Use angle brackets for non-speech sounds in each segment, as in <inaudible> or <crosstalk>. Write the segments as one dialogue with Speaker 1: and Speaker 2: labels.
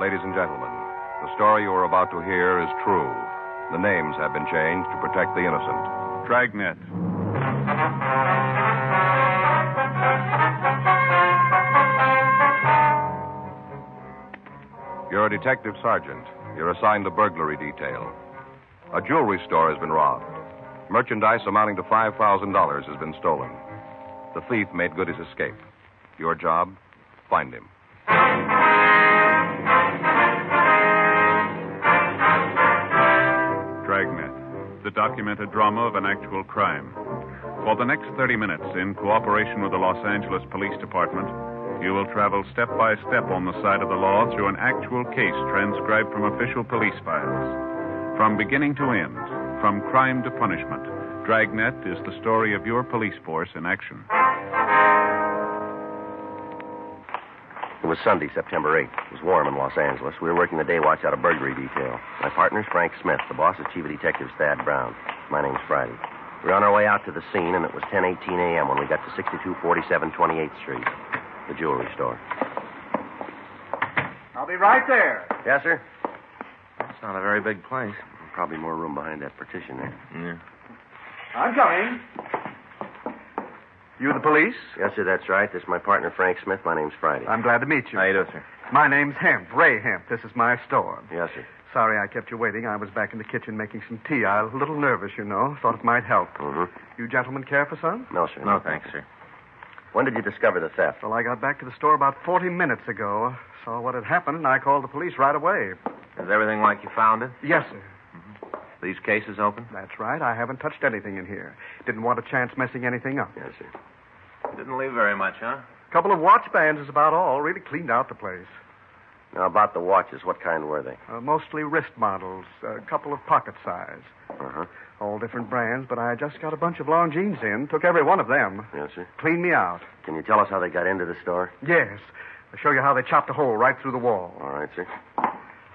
Speaker 1: Ladies and gentlemen, the story you are about to hear is true. The names have been changed to protect the innocent.
Speaker 2: Dragnet.
Speaker 1: You're a detective sergeant. You're assigned to burglary detail. A jewelry store has been robbed. Merchandise amounting to $5,000 has been stolen. The thief made good his escape. Your job? Find him.
Speaker 2: Dragnet. The documented drama of an actual crime. For the next 30 minutes, in cooperation with the Los Angeles Police Department, you will travel step by step on the side of the law through an actual case transcribed from official police files. From beginning to end, from crime to punishment, Dragnet is the story of your police force in action.
Speaker 3: It was Sunday, September 8th. It was warm in Los Angeles. We were working the day watch out of burglary detail. My partner's Frank Smith. The boss is Chief of Detectives Thad Brown. My name's Friday. We were on our way out to the scene, and it was 10.18 a.m. when we got to 6247 28th Street, the jewelry store.
Speaker 4: I'll be right there.
Speaker 3: Yes, sir?
Speaker 5: It's not a very big place.
Speaker 3: Probably more room behind that partition there.
Speaker 5: Yeah.
Speaker 4: I'm coming.
Speaker 5: You the police?
Speaker 3: Yes, sir, that's right. This is my partner, Frank Smith. My name's Friday.
Speaker 5: I'm glad to meet you.
Speaker 3: How you doing, sir?
Speaker 5: My name's Hemp, Ray Hemp. This is my store.
Speaker 3: Yes, sir.
Speaker 5: Sorry I kept you waiting. I was back in the kitchen making some tea. I was a little nervous, you know. Thought it might help.
Speaker 3: Mm-hmm.
Speaker 5: You gentlemen care for some?
Speaker 3: No, Oh. sir.
Speaker 5: sir.
Speaker 3: When did you discover the theft?
Speaker 5: Well, I got back to the store about 40 minutes ago. Saw what had happened, and I called the police right away.
Speaker 6: Is everything like you found it? Mm-hmm.
Speaker 5: Yes, sir.
Speaker 6: These cases open?
Speaker 5: That's right. I haven't touched anything in here. Didn't want a chance messing anything up.
Speaker 3: Yes, sir.
Speaker 6: Didn't leave very much, huh?
Speaker 5: Couple of watch bands is about all. Really cleaned out the place.
Speaker 3: Now, about the watches, what kind were they?
Speaker 5: Uh, mostly wrist models, a couple of pocket size.
Speaker 3: Uh-huh.
Speaker 5: All different brands, but I just got a bunch of long jeans in, took every one of them,
Speaker 3: Yes, sir.
Speaker 5: cleaned me out.
Speaker 3: Can you tell us how they got into the store?
Speaker 5: Yes. I'll show you how they chopped a hole right through the wall.
Speaker 3: All right, sir.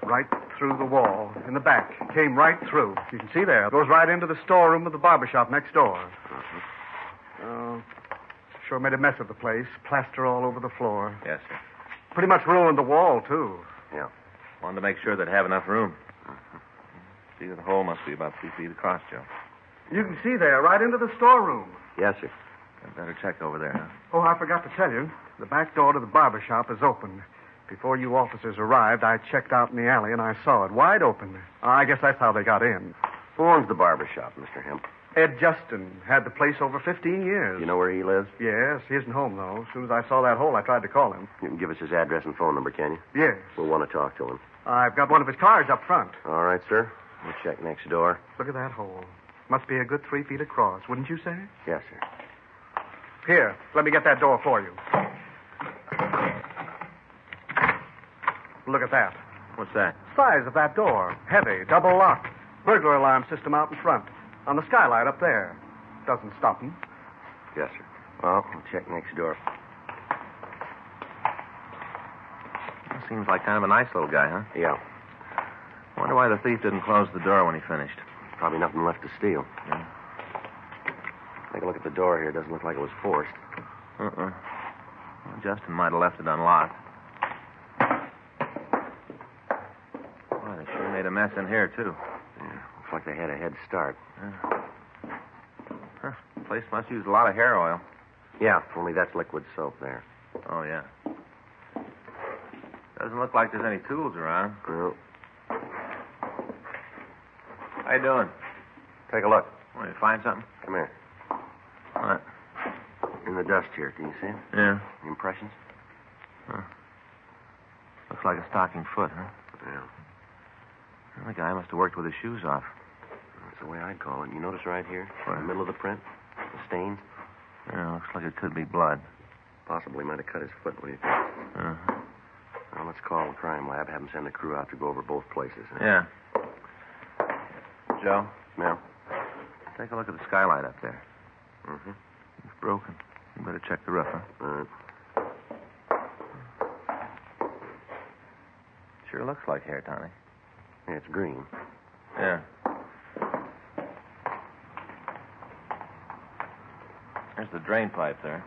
Speaker 5: Right through the wall, in the back. Came right through. You can see there. Goes right into the storeroom of the barber shop next door. Oh, sure made a mess of the place. Plaster all over the floor.
Speaker 6: Yes, sir.
Speaker 5: Pretty much ruined the wall, too.
Speaker 6: Wanted to make sure they'd have enough room.
Speaker 5: Uh-huh.
Speaker 6: See, the hole must be about three feet across, Joe.
Speaker 5: You can see there, right into the storeroom.
Speaker 3: Yes, sir.
Speaker 6: I'd better check over there, huh?
Speaker 5: Oh, I forgot to tell you. The back door to the barber shop is open. Before you officers arrived, I checked out in the alley and I saw it wide open. I guess that's how they got in.
Speaker 3: Who owns the barber shop, Mr. Hemp?
Speaker 5: Ed Justin had the place over 15 years.
Speaker 3: You know where he lives?
Speaker 5: Yes, he isn't home, though. As soon as I saw that hole, I tried to call him.
Speaker 3: You can give us his address and phone number, can you?
Speaker 5: Yes.
Speaker 3: We'll want to talk to him.
Speaker 5: I've got one of his cars up front.
Speaker 3: All right, sir. We'll check next door.
Speaker 5: Look at that hole. Must be a good three feet across, wouldn't you say?
Speaker 3: Yes, sir.
Speaker 5: Here, let me get that door for you. Look at that.
Speaker 6: What's that?
Speaker 5: Size of that door. Heavy, double locked. Burglar alarm system out in front. On the skylight up there. Doesn't stop 'em.
Speaker 3: Yes, sir. Well, we'll check next door.
Speaker 6: Seems like kind of a nice little guy, huh?
Speaker 3: Yeah.
Speaker 6: Wonder why the thief didn't close the door when he finished.
Speaker 3: Probably nothing left to steal.
Speaker 6: Yeah.
Speaker 3: Take a look at the door here. Doesn't look like it was forced.
Speaker 6: Uh-uh. Well, Justin might have left it unlocked. Boy, they sure made a mess in here, too.
Speaker 3: Yeah. Looks like they had a head start.
Speaker 6: Huh. Place must use a lot of hair oil.
Speaker 3: Yeah, only that's liquid soap there.
Speaker 6: Oh, yeah. Doesn't look like there's any tools around.
Speaker 3: Well,
Speaker 6: How you doing?
Speaker 3: take a look.
Speaker 6: Want to find something?
Speaker 3: Come here.
Speaker 6: What?
Speaker 3: In the dust here. Can you see it?
Speaker 6: Yeah.
Speaker 3: Impressions?
Speaker 6: Looks like a stocking foot, huh?
Speaker 3: Yeah.
Speaker 6: Well, the guy must have worked with his shoes off.
Speaker 3: That's the way I'd call it. You notice right here?
Speaker 6: Where?
Speaker 3: In the middle of the print? The stain?
Speaker 6: Yeah, looks like it could be blood.
Speaker 3: Possibly might have cut his foot. What do you think?
Speaker 6: Uh-huh.
Speaker 3: Well, let's call the crime lab. Have them send a crew out to go over both places. huh?
Speaker 6: Yeah. Joe,
Speaker 3: Now?
Speaker 6: take a look at the skylight up there.
Speaker 3: Mm-hmm.
Speaker 6: It's broken. You better check the roof, huh?
Speaker 3: All right.
Speaker 6: Sure looks like hair, Tony.
Speaker 3: Yeah, it's green.
Speaker 6: Yeah. There's the drain pipe there.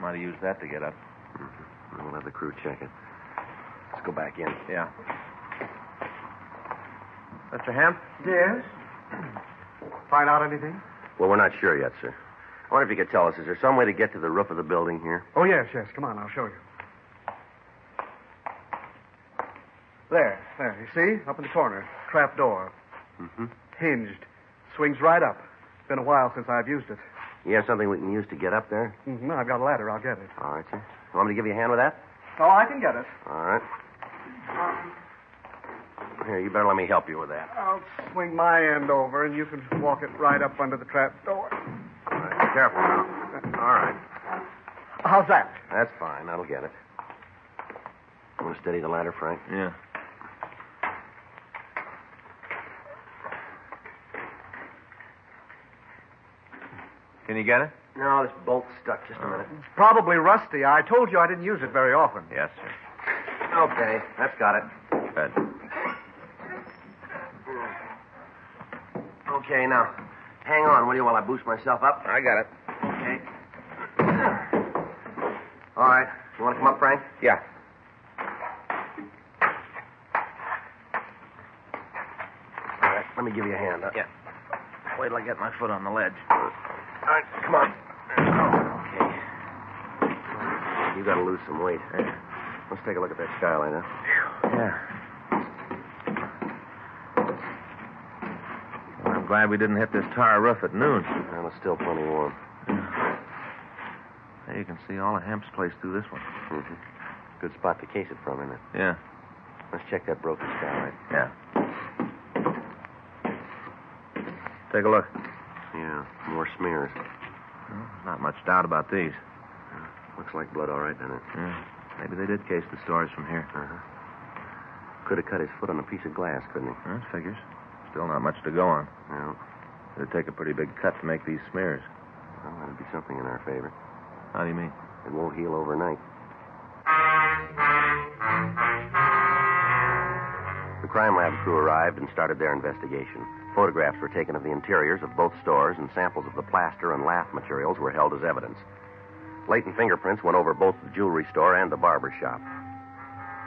Speaker 6: Might have used that to get up.
Speaker 3: Mm-hmm. We'll have the crew check it. Let's go back in.
Speaker 6: Yeah.
Speaker 3: Mr. Hemp?
Speaker 5: Yes? Find out anything?
Speaker 3: Well, we're not sure yet, sir. I wonder if you could tell us, is there some way to get to the roof of the building here?
Speaker 5: Oh, yes, yes. Come on, I'll show you. There, there. You see? Up in the corner. Trap door.
Speaker 3: Mm-hmm.
Speaker 5: Hinged. Swings right up. Been a while since I've used it.
Speaker 3: You have something we can use to get up there?
Speaker 5: hmm I've got a ladder. I'll get it.
Speaker 3: All right, sir. You want me to give you a hand with that?
Speaker 4: Oh, I can get it.
Speaker 3: All right. Here, you better let me help you with that.
Speaker 5: I'll swing my end over, and you can walk it right up under the trap door.
Speaker 3: All right, careful now. All right.
Speaker 5: How's that?
Speaker 3: That's fine. That'll get it. Want to steady the ladder, Frank?
Speaker 6: Yeah. Can you get it?
Speaker 3: No, this bolt's stuck. Just a minute.
Speaker 5: It's probably rusty. I told you I didn't use it very often.
Speaker 6: Yes, sir.
Speaker 3: Oh. Okay, that's got it.
Speaker 6: Good.
Speaker 3: Okay, now, hang on, will you, while I boost myself up? I got it. Okay. All right. You want to come up, Frank?
Speaker 6: Yeah.
Speaker 3: All right. Let me give you a hand. Huh?
Speaker 6: Yeah. Wait till I get my foot on the ledge.
Speaker 3: All right, come on. Okay. You got to lose some weight. Let's take a look at that skyline, huh?
Speaker 6: Yeah. Well, I'm glad we didn't hit this tar roof at noon.
Speaker 3: Well, it's still plenty warm.
Speaker 6: There you can see all of Hemp's place through this one.
Speaker 3: Mm-hmm. Good spot to case it from, isn't it?
Speaker 6: Yeah.
Speaker 3: Let's check that broken skylight.
Speaker 6: Yeah. Take a look.
Speaker 3: Yeah, more smears.
Speaker 6: Well, not much doubt about these.
Speaker 3: Looks like blood, all right, doesn't it?
Speaker 6: Yeah. Maybe they did case the stores from here.
Speaker 3: Uh-huh. Could have cut his foot on a piece of glass, couldn't he?
Speaker 6: Well, that figures. Still not much to go on.
Speaker 3: No.
Speaker 6: It'd take a pretty big cut to make these smears.
Speaker 3: Well, that'd be something in our favor.
Speaker 6: How do you mean?
Speaker 3: It won't heal overnight. The crime lab crew arrived and started their investigation. Photographs were taken of the interiors of both stores, and samples of the plaster and lath materials were held as evidence. Latent fingerprints went over both the jewelry store and the barber shop.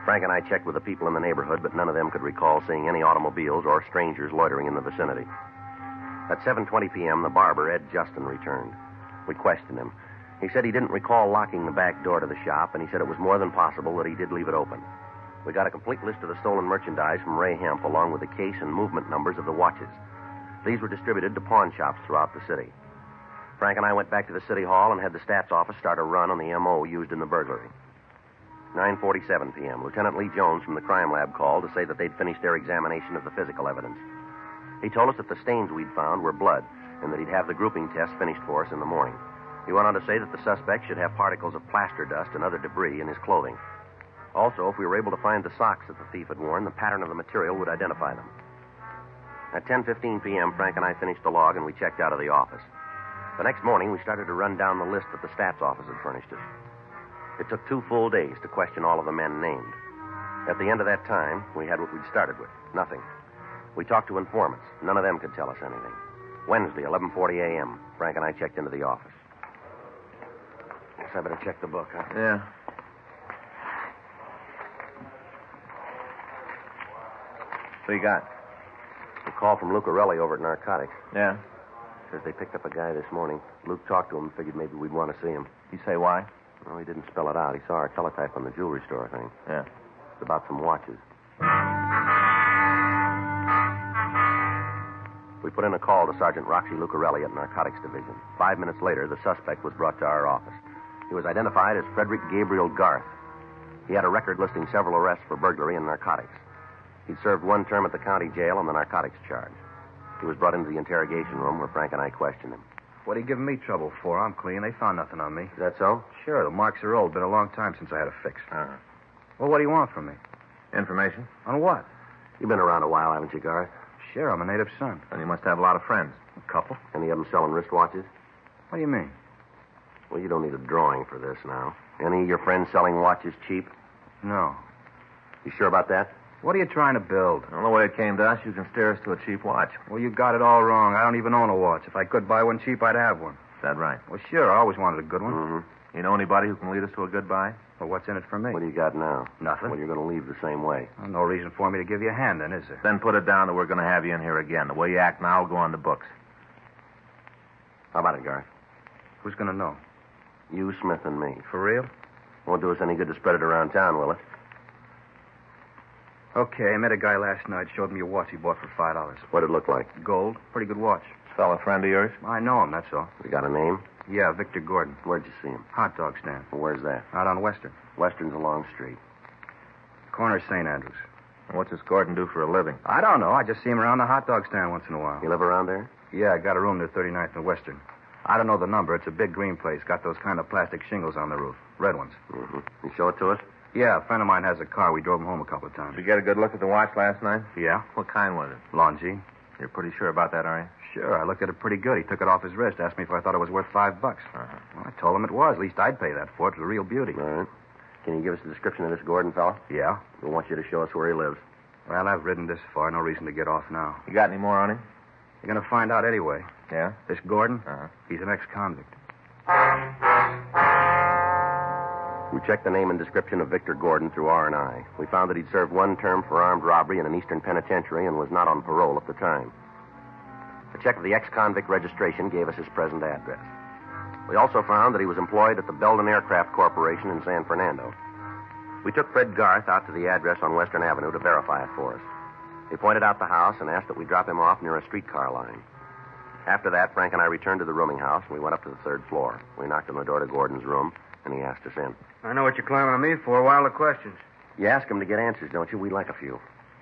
Speaker 3: Frank and I checked with the people in the neighborhood, but none of them could recall seeing any automobiles or strangers loitering in the vicinity. At 7:20 p.m., the barber, Ed Justin, returned. We questioned him. He said he didn't recall locking the back door to the shop, and he said it was more than possible that he did leave it open. We got a complete list of the stolen merchandise from Ray Hemp, along with the case and movement numbers of the watches. These were distributed to pawn shops throughout the city. Frank and I went back to the city hall and had the staff's office start a run on the MO used in the burglary. 9:47 p.m. Lieutenant Lee Jones from the crime lab called to say that they'd finished their examination of the physical evidence. He told us that the stains we'd found were blood and that he'd have the grouping test finished for us in the morning. He went on to say that the suspect should have particles of plaster dust and other debris in his clothing. Also, if we were able to find the socks that the thief had worn, the pattern of the material would identify them. At 10:15 p.m., Frank and I finished the log and we checked out of the office. The next morning, we started to run down the list that the staff's office had furnished us. It took two full days to question all of the men named. At the end of that time, we had what we'd started with nothing. We talked to informants. None of them could tell us anything. Wednesday, 11:40 a.m. Frank and I checked into the office. Guess I better check the book, huh?
Speaker 6: Yeah. What you got?
Speaker 3: A call from Luke Arelli over at Narcotics.
Speaker 6: Yeah.
Speaker 3: Says they picked up a guy this morning. Luke talked to him and figured maybe we'd want to see him.
Speaker 6: You say why?
Speaker 3: Well, he didn't spell it out. He saw our teletype on the jewelry store thing.
Speaker 6: Yeah.
Speaker 3: It's about some watches. We put in a call to Sergeant Roxy Lucarelli at Narcotics Division. Five minutes later, the suspect was brought to our office. He was identified as Frederick Gabriel Garth. He had a record listing several arrests for burglary and narcotics. He'd served one term at the county jail on the narcotics charge. He was brought into the interrogation room where Frank and I questioned him.
Speaker 7: What are you giving me trouble for? I'm clean. They found nothing on me.
Speaker 3: Is that so?
Speaker 7: Sure, the marks are old. Been a long time since I had a fix.
Speaker 6: Uh,
Speaker 7: Well, what do you want from me?
Speaker 6: information?
Speaker 7: On what?
Speaker 3: You've been around a while, haven't you, Garth?
Speaker 7: Sure, I'm a native son.
Speaker 6: Well, you must have a lot of friends.
Speaker 7: A couple.
Speaker 3: Any of them selling wristwatches?
Speaker 7: What do you mean?
Speaker 3: Well, you don't need a drawing for this now. Any of your friends selling watches cheap?
Speaker 7: No.
Speaker 3: You sure about that?
Speaker 7: What are you trying to build?
Speaker 6: I don't know what it came to us. You can steer us to a cheap watch.
Speaker 7: Well, you got it all wrong. I don't even own a watch. If I could buy one cheap, I'd have one.
Speaker 6: Is that right?
Speaker 7: Well, sure, I always wanted a good one.
Speaker 3: Mm-hmm.
Speaker 6: You know anybody who can lead us to a goodbye?
Speaker 7: Well, what's in it for me?
Speaker 3: What do you got now?
Speaker 7: Nothing.
Speaker 3: Well, you're going to leave the same way.
Speaker 7: Well, no reason for me to give you a hand, then, is there?
Speaker 6: Then put it down that we're going to have you in here again. The way you act now will go on the books.
Speaker 3: How about it, Garth?
Speaker 7: Who's going to know?
Speaker 3: You, Smith, and me.
Speaker 7: For real?
Speaker 3: Won't do us any good to spread it around town, will it?
Speaker 7: Okay, I met a guy last night, showed me a watch he bought for $5.
Speaker 3: What'd it look like?
Speaker 7: Gold. Pretty good watch.
Speaker 6: Fellow friend of yours?
Speaker 7: I know him, that's all.
Speaker 3: You got a name?
Speaker 7: Yeah, Victor Gordon.
Speaker 3: Where'd you see him?
Speaker 7: Hot dog stand.
Speaker 3: Well, where's that?
Speaker 7: Out on Western.
Speaker 3: Western's a long street.
Speaker 7: Corner of St. Andrews.
Speaker 6: And What does Gordon do for a living?
Speaker 7: I don't know. I just see him around the hot dog stand once in a while.
Speaker 3: You live around there?
Speaker 7: Yeah, I got a room near 39th and Western. I don't know the number. It's a big green place. Got those kind of plastic shingles on the roof. Red ones.
Speaker 3: Mm-hmm. You show it to us?
Speaker 7: Yeah, a friend of mine has a car. We drove him home a couple of times.
Speaker 6: Did you get a good look at the watch last night?
Speaker 7: Yeah?
Speaker 6: What kind was it?
Speaker 7: Longines.
Speaker 6: You're pretty sure about that, are you?
Speaker 7: Sure, I looked at it pretty good. He took it off his wrist, asked me if I thought it was worth five bucks.
Speaker 6: Uh-huh.
Speaker 7: Well, I told him it was. At least I'd pay that for it. It was a real beauty.
Speaker 3: All right. Can you give us a description of this Gordon fellow?
Speaker 7: Yeah?
Speaker 3: We want you to show us where he lives.
Speaker 7: Well, I've ridden this far. No reason to get off now.
Speaker 6: You got any more on him?
Speaker 7: You're going to find out anyway.
Speaker 6: Yeah?
Speaker 7: This Gordon,
Speaker 6: Uh-huh.
Speaker 7: he's an ex convict.
Speaker 3: We checked the name and description of Victor Gordon through R&I. We found that he'd served one term for armed robbery in an eastern penitentiary and was not on parole at the time. A check of the ex-convict registration gave us his present address. We also found that he was employed at the Belden Aircraft Corporation in San Fernando. We took Fred Garth out to the address on Western Avenue to verify it for us. He pointed out the house and asked that we drop him off near a streetcar line. After that, Frank and I returned to the rooming house and we went up to the third floor. We knocked on the door to Gordon's room and he asked us in.
Speaker 5: I know what you're climbing on me for. Wild questions.
Speaker 3: You ask them to get answers, don't you? We like a few.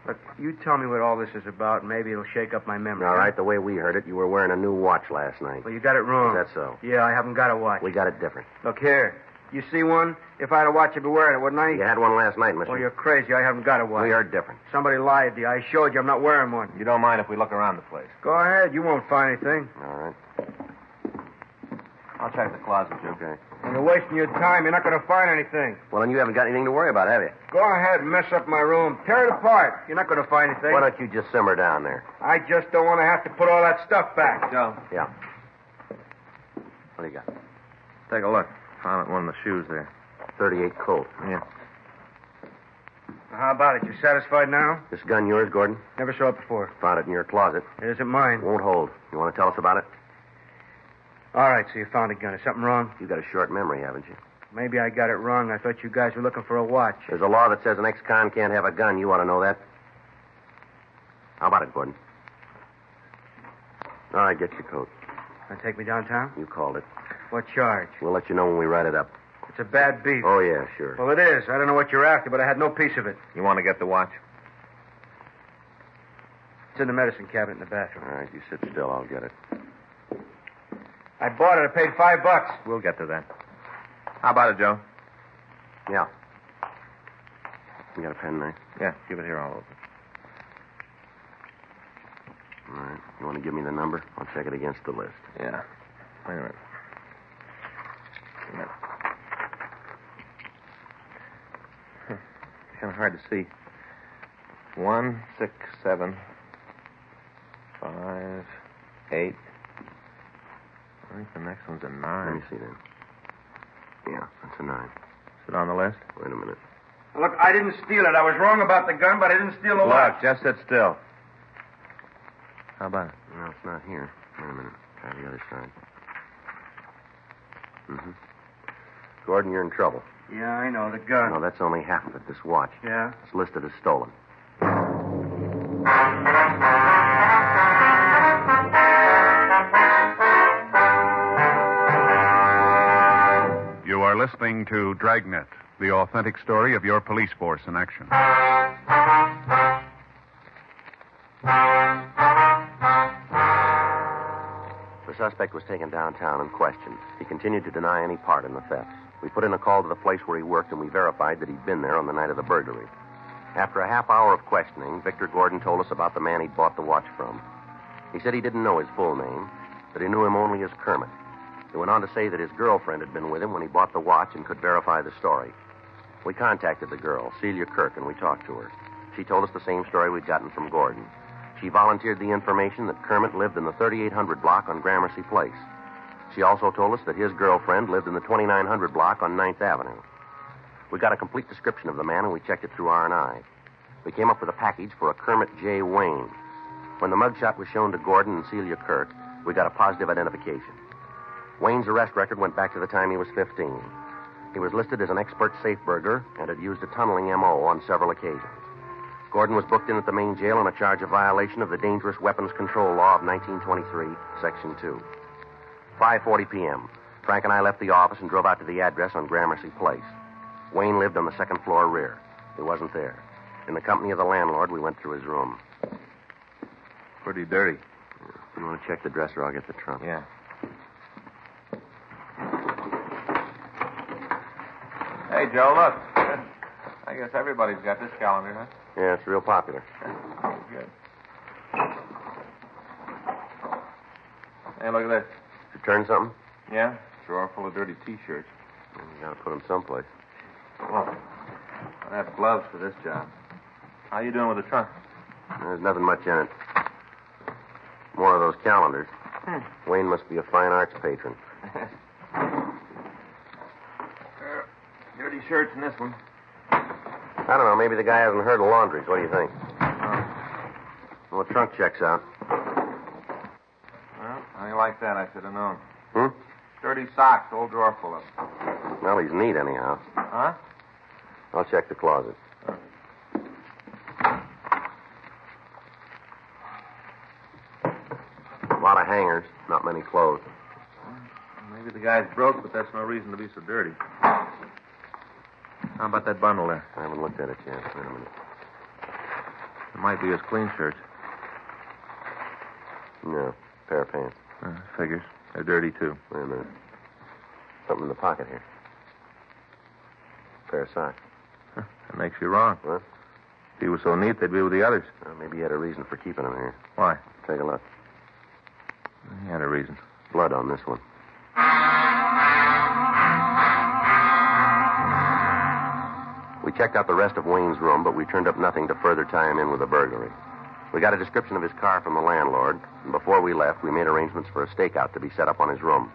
Speaker 5: Look, you tell me what all this is about, and maybe it'll shake up my memory.
Speaker 3: All right, the way we heard it, you were wearing a new watch last night.
Speaker 5: Well, you got it
Speaker 3: Is
Speaker 5: wrong.
Speaker 3: that so?
Speaker 5: Yeah, I haven't got a watch.
Speaker 3: We got it different.
Speaker 5: Look here. You see one? If I had a watch, I'd be wearing it, wouldn't I?
Speaker 3: You had one last night, mister.
Speaker 5: Well, you're crazy. I haven't got a watch.
Speaker 3: we heard different.
Speaker 5: Somebody lied to you. I showed you I'm not wearing one.
Speaker 6: You don't mind if we look around the place?
Speaker 5: Go ahead. You won't find anything.
Speaker 3: All right.
Speaker 6: I'll check the closet, Joe.
Speaker 3: Okay.
Speaker 5: You're wasting your time. You're not going to find anything.
Speaker 3: Well, then you haven't got anything to worry about, have you?
Speaker 5: Go ahead and mess up my room. Tear it apart. You're not going to find anything.
Speaker 3: Why don't you just simmer down there?
Speaker 5: I just don't want to have to put all that stuff back.
Speaker 6: Joe,
Speaker 3: Yeah. What do you got?
Speaker 6: take a look. Found it in one of the shoes there.
Speaker 3: 38 Colt.
Speaker 6: Yeah.
Speaker 5: How about it? You satisfied now?
Speaker 3: This gun yours, Gordon?
Speaker 5: Never saw it before.
Speaker 3: Found it in your closet.
Speaker 5: It isn't mine.
Speaker 3: Won't hold. You want to tell us about it?
Speaker 5: All right, so you found a gun. Is something wrong?
Speaker 3: You got a short memory, haven't you?
Speaker 5: Maybe I got it wrong. I thought you guys were looking for a watch.
Speaker 3: There's a law that says an ex-con can't have a gun. You ought to know that. How about it, Gordon? All right, get your coat.
Speaker 5: Gonna take me downtown?
Speaker 3: You called it.
Speaker 5: What charge?
Speaker 3: We'll let you know when we write it up.
Speaker 5: It's a bad beef.
Speaker 3: Oh, yeah, sure.
Speaker 5: Well, it is. I don't know what you're after, but I had no piece of it.
Speaker 6: You want to get the watch?
Speaker 5: It's in the medicine cabinet in the
Speaker 3: All
Speaker 5: bathroom.
Speaker 3: right, you sit still. I'll get it.
Speaker 5: I bought it. I paid five bucks.
Speaker 6: We'll get to that. How about it, Joe?
Speaker 3: Yeah. You got a pen there?
Speaker 6: Yeah, give it here all over.
Speaker 3: All right. You want to give me the number? I'll check it against the list.
Speaker 6: Yeah. Wait a minute. Wait a minute. Huh. It's kind of Hmm. hard to see. One, six, seven, five, eight. I think the next one's a
Speaker 3: Let me
Speaker 6: nine.
Speaker 3: see then. Yeah, that's a nine.
Speaker 6: Is it on the list?
Speaker 3: Wait a minute.
Speaker 5: Look, I didn't steal it. I was wrong about the gun, but I didn't steal the watch.
Speaker 6: Look, just sit still. How about it?
Speaker 3: No, it's not here. Wait a minute. Try the other side. Mm-hmm. Gordon, you're in trouble.
Speaker 5: Yeah, I know. The gun.
Speaker 3: No, that's only half of it. This watch.
Speaker 5: Yeah?
Speaker 3: It's listed as stolen.
Speaker 2: You are listening to Dragnet, the authentic story of your police force in action.
Speaker 3: The suspect was taken downtown and questioned. He continued to deny any part in the theft. We put in a call to the place where he worked, and we verified that he'd been there on the night of the burglary. After a half hour of questioning, Victor Gordon told us about the man he'd bought the watch from. He said he didn't know his full name, that he knew him only as Kermit. He went on to say that his girlfriend had been with him when he bought the watch and could verify the story. We contacted the girl, Celia Kirk, and we talked to her. She told us the same story we'd gotten from Gordon. She volunteered the information that Kermit lived in the 3800 block on Gramercy Place. She also told us that his girlfriend lived in the 2900 block on 9th Avenue. We got a complete description of the man, and we checked it through R&I. We came up with a package for a Kermit J. Wayne. When the mugshot was shown to Gordon and Celia Kirk, we got a positive identification. Wayne's arrest record went back to the time he was 15. He was listed as an expert safe burglar and had used a tunneling MO on several occasions. Gordon was booked in at the main jail on a charge of violation of the Dangerous Weapons Control Law of 1923, Section 2. 5.40 p.m. Frank and I left the office and drove out to the address on Gramercy Place. Wayne lived on the second floor rear. He wasn't there. In the company of the landlord, we went through his room.
Speaker 6: Pretty dirty.
Speaker 3: You want to check the dresser? I'll get the trunk.
Speaker 6: Yeah. Hey, Joe, look. I guess everybody's got this calendar, huh?
Speaker 3: Yeah, it's real popular.
Speaker 6: Oh, good. Hey, look at this.
Speaker 3: Did you turn something?
Speaker 6: Yeah? Drawer full of dirty T-shirts.
Speaker 3: You gotta put them someplace.
Speaker 6: Look, I have gloves for this job. How you doing with the trunk?
Speaker 3: There's nothing much in it. More of those calendars. Wayne must be a fine arts patron.
Speaker 6: Er, dirty shirts in this one.
Speaker 3: I don't know. Maybe the guy hasn't heard of laundries. What do you think?
Speaker 6: Oh,
Speaker 3: Well, the trunk checks out.
Speaker 6: well, I ain't like that. I should have known.
Speaker 3: Hmm?
Speaker 6: Dirty socks, whole drawer full of 'em.
Speaker 3: Well, he's neat anyhow.
Speaker 6: Huh?
Speaker 3: I'll check the closet. A lot of hangers, not many clothes.
Speaker 6: Maybe the guy's broke, but that's no reason to be so dirty. How about that bundle there?
Speaker 3: I haven't looked at it yet. Wait a minute.
Speaker 6: It might be his clean shirts.
Speaker 3: No, pair of pants.
Speaker 6: Uh, figures. They're dirty, too. <laughs>
Speaker 3: Wait a minute. Something in the pocket here. Pair of socks.
Speaker 6: That makes you wrong.
Speaker 3: What?
Speaker 6: If he was so neat, they'd be with the others.
Speaker 3: Well, maybe he had a reason for keeping them here.
Speaker 6: Why?
Speaker 3: Take a look.
Speaker 6: He had a reason.
Speaker 3: Blood on this one. We checked out the rest of Wayne's room, but we turned up nothing to further tie him in with a burglary. We got a description of his car from the landlord, and before we left, we made arrangements for a stakeout to be set up on his room.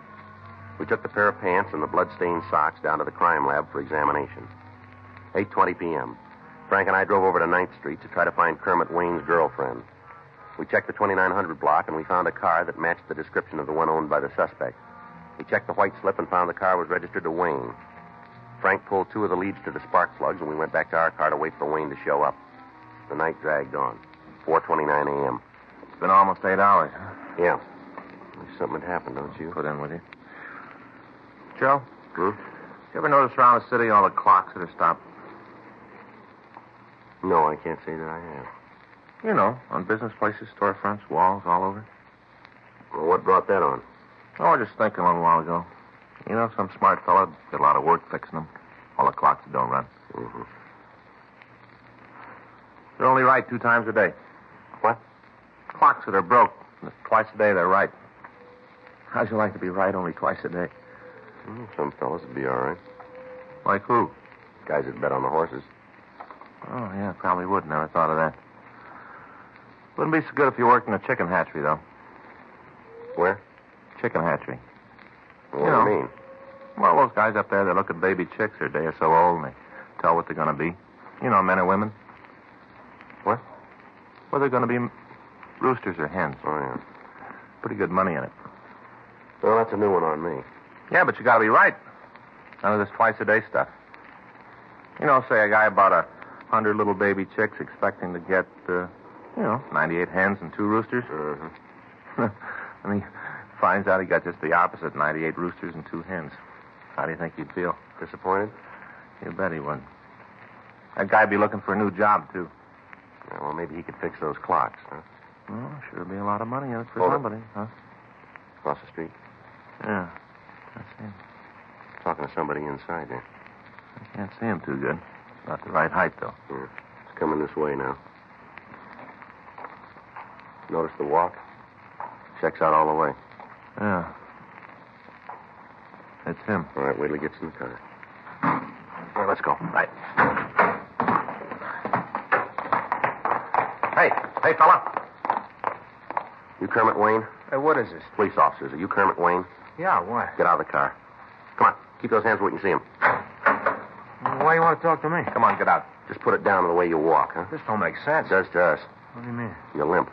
Speaker 3: We took the pair of pants and the blood-stained socks down to the crime lab for examination. 8:20 p.m. Frank and I drove over to 9th Street to try to find Kermit Wayne's girlfriend. We checked the 2900 block and we found a car that matched the description of the one owned by the suspect. We checked the white slip and found the car was registered to Wayne. Frank pulled two of the leads to the spark plugs and we went back to our car to wait for Wayne to show up. The night dragged on. 4:29 a.m.
Speaker 6: It's been almost eight hours, huh?
Speaker 3: Yeah. Wish Something had happened, don't you?
Speaker 6: Put in with you. Joe,
Speaker 3: Hmm?
Speaker 6: you ever notice around the city all the clocks that are stopped?
Speaker 3: No, I can't say that I have.
Speaker 6: You know, on business places, storefronts, walls, all over.
Speaker 3: Well, what brought that on?
Speaker 6: Oh, I was just thinking a little while ago. You know, some smart fella did a lot of work fixing them. All the clocks that don't run.
Speaker 3: Mm-hmm.
Speaker 6: They're only right two times a day.
Speaker 3: What?
Speaker 6: Clocks that are broke. Twice a day, they're right. How'd you like to be right only twice a day?
Speaker 3: some fellas would be all right.
Speaker 6: Like who?
Speaker 3: Guys that bet on the horses.
Speaker 6: Oh, yeah, probably would. Never thought of that. Wouldn't be so good if you worked in a chicken hatchery, though.
Speaker 3: Where?
Speaker 6: Chicken hatchery.
Speaker 3: What
Speaker 6: You know.
Speaker 3: do you mean?
Speaker 6: Well, those guys up there, they look at baby chicks. They're a day or so old, and they tell what they're going to be. You know, men or women. What? Well, they're going to be m- roosters or hens.
Speaker 3: Oh, yeah.
Speaker 6: Pretty good money in it.
Speaker 3: Well, that's a new one on me.
Speaker 6: Yeah, but you got to be right. None of this twice a day stuff. You know, say a guy bought a hundred little baby chicks, expecting to get, uh, you know, ninety-eight hens and two roosters. <laughs> and he finds out he got just the opposite: ninety-eight roosters and two hens. How do you think he'd feel?
Speaker 3: Disappointed?
Speaker 6: You bet he would. That guy'd be looking for a new job too.
Speaker 3: Yeah, well, maybe he could fix those clocks, huh?
Speaker 6: Well, sure be a lot of money in it for
Speaker 3: Hold it.
Speaker 6: somebody, huh?
Speaker 3: Across the street.
Speaker 6: Yeah. I see.
Speaker 3: Talking to somebody inside eh? there.
Speaker 6: I can't see him too good. Not the right height though.
Speaker 3: It's coming this way now. Notice the walk? Checks out all the way.
Speaker 6: Yeah. Ah. It's him.
Speaker 3: All right, wait till he gets in the car. All right, let's go. Right. Hey, hey, fella. You Kermit Wayne?
Speaker 7: Hey, what is this?
Speaker 3: Police officers, are you Kermit Wayne?
Speaker 6: Yeah, why?
Speaker 3: Get out of the car. Come on. Keep those hands where we can see them.
Speaker 6: Why you want to talk to me?
Speaker 3: Come on, get out. Just put it down the way you walk, huh?
Speaker 6: This don't make sense.
Speaker 3: It does to us.
Speaker 6: What do you mean?
Speaker 3: You're limp.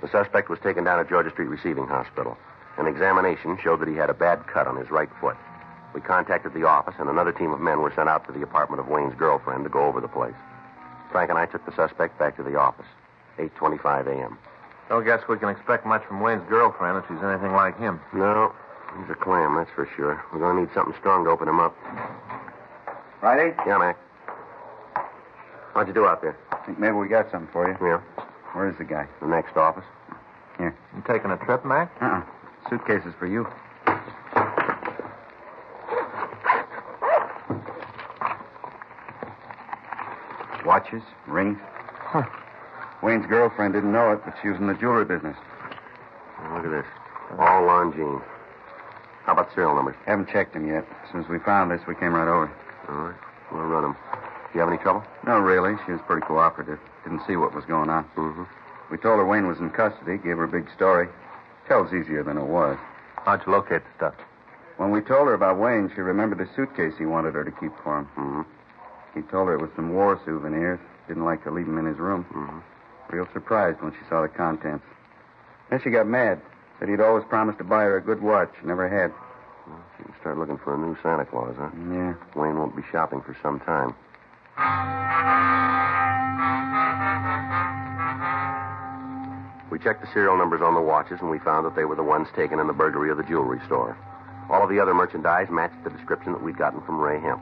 Speaker 3: The suspect was taken down to Georgia Street Receiving Hospital. An examination showed that he had a bad cut on his right foot. We contacted the office, and another team of men were sent out to the apartment of Wayne's girlfriend to go over the place. Frank and I took the suspect back to the office. 8.25 a.m.
Speaker 8: Don't guess we can expect much from Wayne's girlfriend if she's anything like him.
Speaker 3: No, he's a clam, that's for sure. We're going to need something strong to open him up.
Speaker 5: Friday?
Speaker 3: Yeah, Mac. How'd you do out there?
Speaker 5: Think maybe we got something for you.
Speaker 3: Yeah.
Speaker 5: Where's the guy?
Speaker 3: The next office.
Speaker 8: You taking a trip, Mac?
Speaker 5: Uh-uh. Suitcases for you. Watches, rings. Wayne's girlfriend didn't know it, but she was in the jewelry business.
Speaker 3: Look at this. All Longines. How about serial numbers?
Speaker 5: Haven't checked him yet. As soon as we found this, we came right over.
Speaker 3: All right. We'll run them. Do you have any trouble?
Speaker 5: No, really. She was pretty cooperative. Didn't see what was going on.
Speaker 3: Mm-hmm.
Speaker 5: We told her Wayne was in custody, gave her a big story. Tells easier than it was.
Speaker 8: How'd you locate the stuff?
Speaker 5: When we told her about Wayne, she remembered the suitcase he wanted her to keep for him.
Speaker 3: Mm-hmm.
Speaker 5: He told her it was some war souvenirs. Didn't like to leave them in his room.
Speaker 3: Mhm.
Speaker 6: Mm-hmm.
Speaker 5: Real surprised when she saw the contents. Then she got mad. Said he'd always promised to buy her a good watch. Never had.
Speaker 3: You can start looking for a new Santa Claus, huh?
Speaker 5: Yeah.
Speaker 3: Wayne won't be shopping for some time. We checked the serial numbers on the watches, and we found that they were the ones taken in the burglary of the jewelry store. All of the other merchandise matched the description that we'd gotten from Ray Hemp.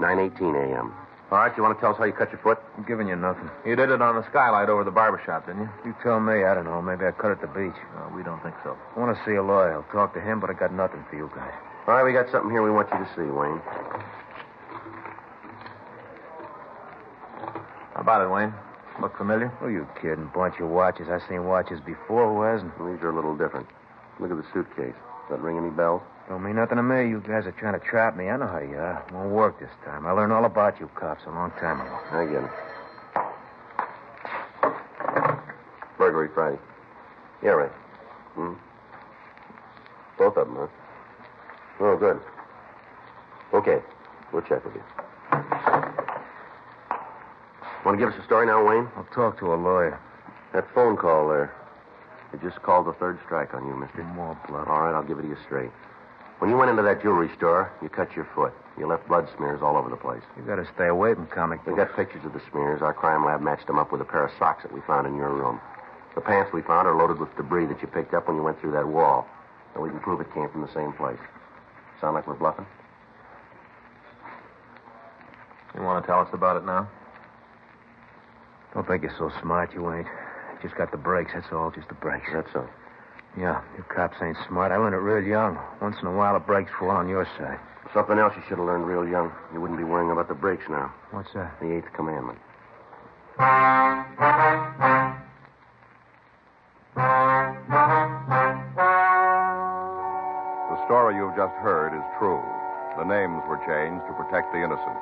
Speaker 3: 9.18 a.m. All right, you want to tell us how you cut your foot?
Speaker 6: I'm giving you nothing.
Speaker 8: You did it on the skylight over the barber shop, didn't you?
Speaker 6: You tell me. I don't know. Maybe I cut at the beach. No, we don't think so. I want to see a lawyer. I'll talk to him, but I got nothing for you guys.
Speaker 3: All right, we got something here we want you to see, Wayne.
Speaker 8: How about it, Wayne? Look familiar?
Speaker 6: Who you kidding? Bunch of watches. I seen watches before. Who hasn't?
Speaker 3: These are a little different. Look at the suitcase. Does that ring any bells?
Speaker 6: Don't mean nothing to me. You guys are trying to trap me. I know how you are. Won't work this time. I learned all about you cops a long time ago.
Speaker 3: I get it. Burglary Friday. Yeah, right. Hmm. Both of them, huh? Oh, good. Okay. We'll check with you. Want to give us a story now, Wayne?
Speaker 6: I'll talk to a lawyer.
Speaker 3: That phone call there. It just called the third strike on you, mister.
Speaker 6: More blood.
Speaker 3: All right, I'll give it to you straight. When you went into that jewelry store, you cut your foot. You left blood smears all over the place.
Speaker 6: You gotta stay away from comic
Speaker 3: We
Speaker 6: books.
Speaker 3: got pictures of the smears. Our crime lab matched them up with a pair of socks that we found in your room. The pants we found are loaded with debris that you picked up when you went through that wall. And we can prove it came from the same place. Sound like we're bluffing?
Speaker 8: You want to tell us about it now?
Speaker 6: Don't think you're so smart, you ain't. Just got the breaks, that's all, just the breaks.
Speaker 3: That's so.
Speaker 6: Yeah, you cops ain't smart. I learned it real young. Once in a while, the breaks fall on your side.
Speaker 3: Something else you should have learned real young. You wouldn't be worrying about the brakes now.
Speaker 6: What's that?
Speaker 3: The eighth commandment.
Speaker 1: The story you've just heard is true. The names were changed to protect the innocent.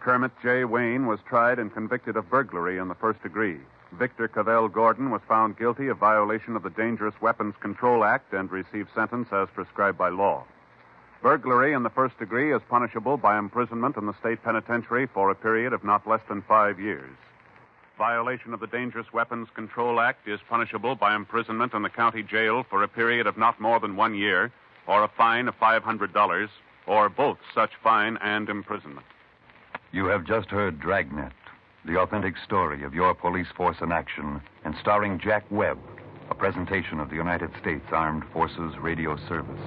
Speaker 2: Kermit J. Wayne was tried and convicted of burglary in the first degree. Victor Cavell Gordon was found guilty of violation of the Dangerous Weapons Control Act and received sentence as prescribed by law. Burglary in the first degree is punishable by imprisonment in the state penitentiary for a period of not less than five years. Violation of the Dangerous Weapons Control Act is punishable by imprisonment in the county jail for a period of not more than one year, or a fine of $500, or both such fine and imprisonment.
Speaker 9: You have just heard Dragnet, the authentic story of your police force in action, and starring Jack Webb, a presentation of the United States Armed Forces Radio Service.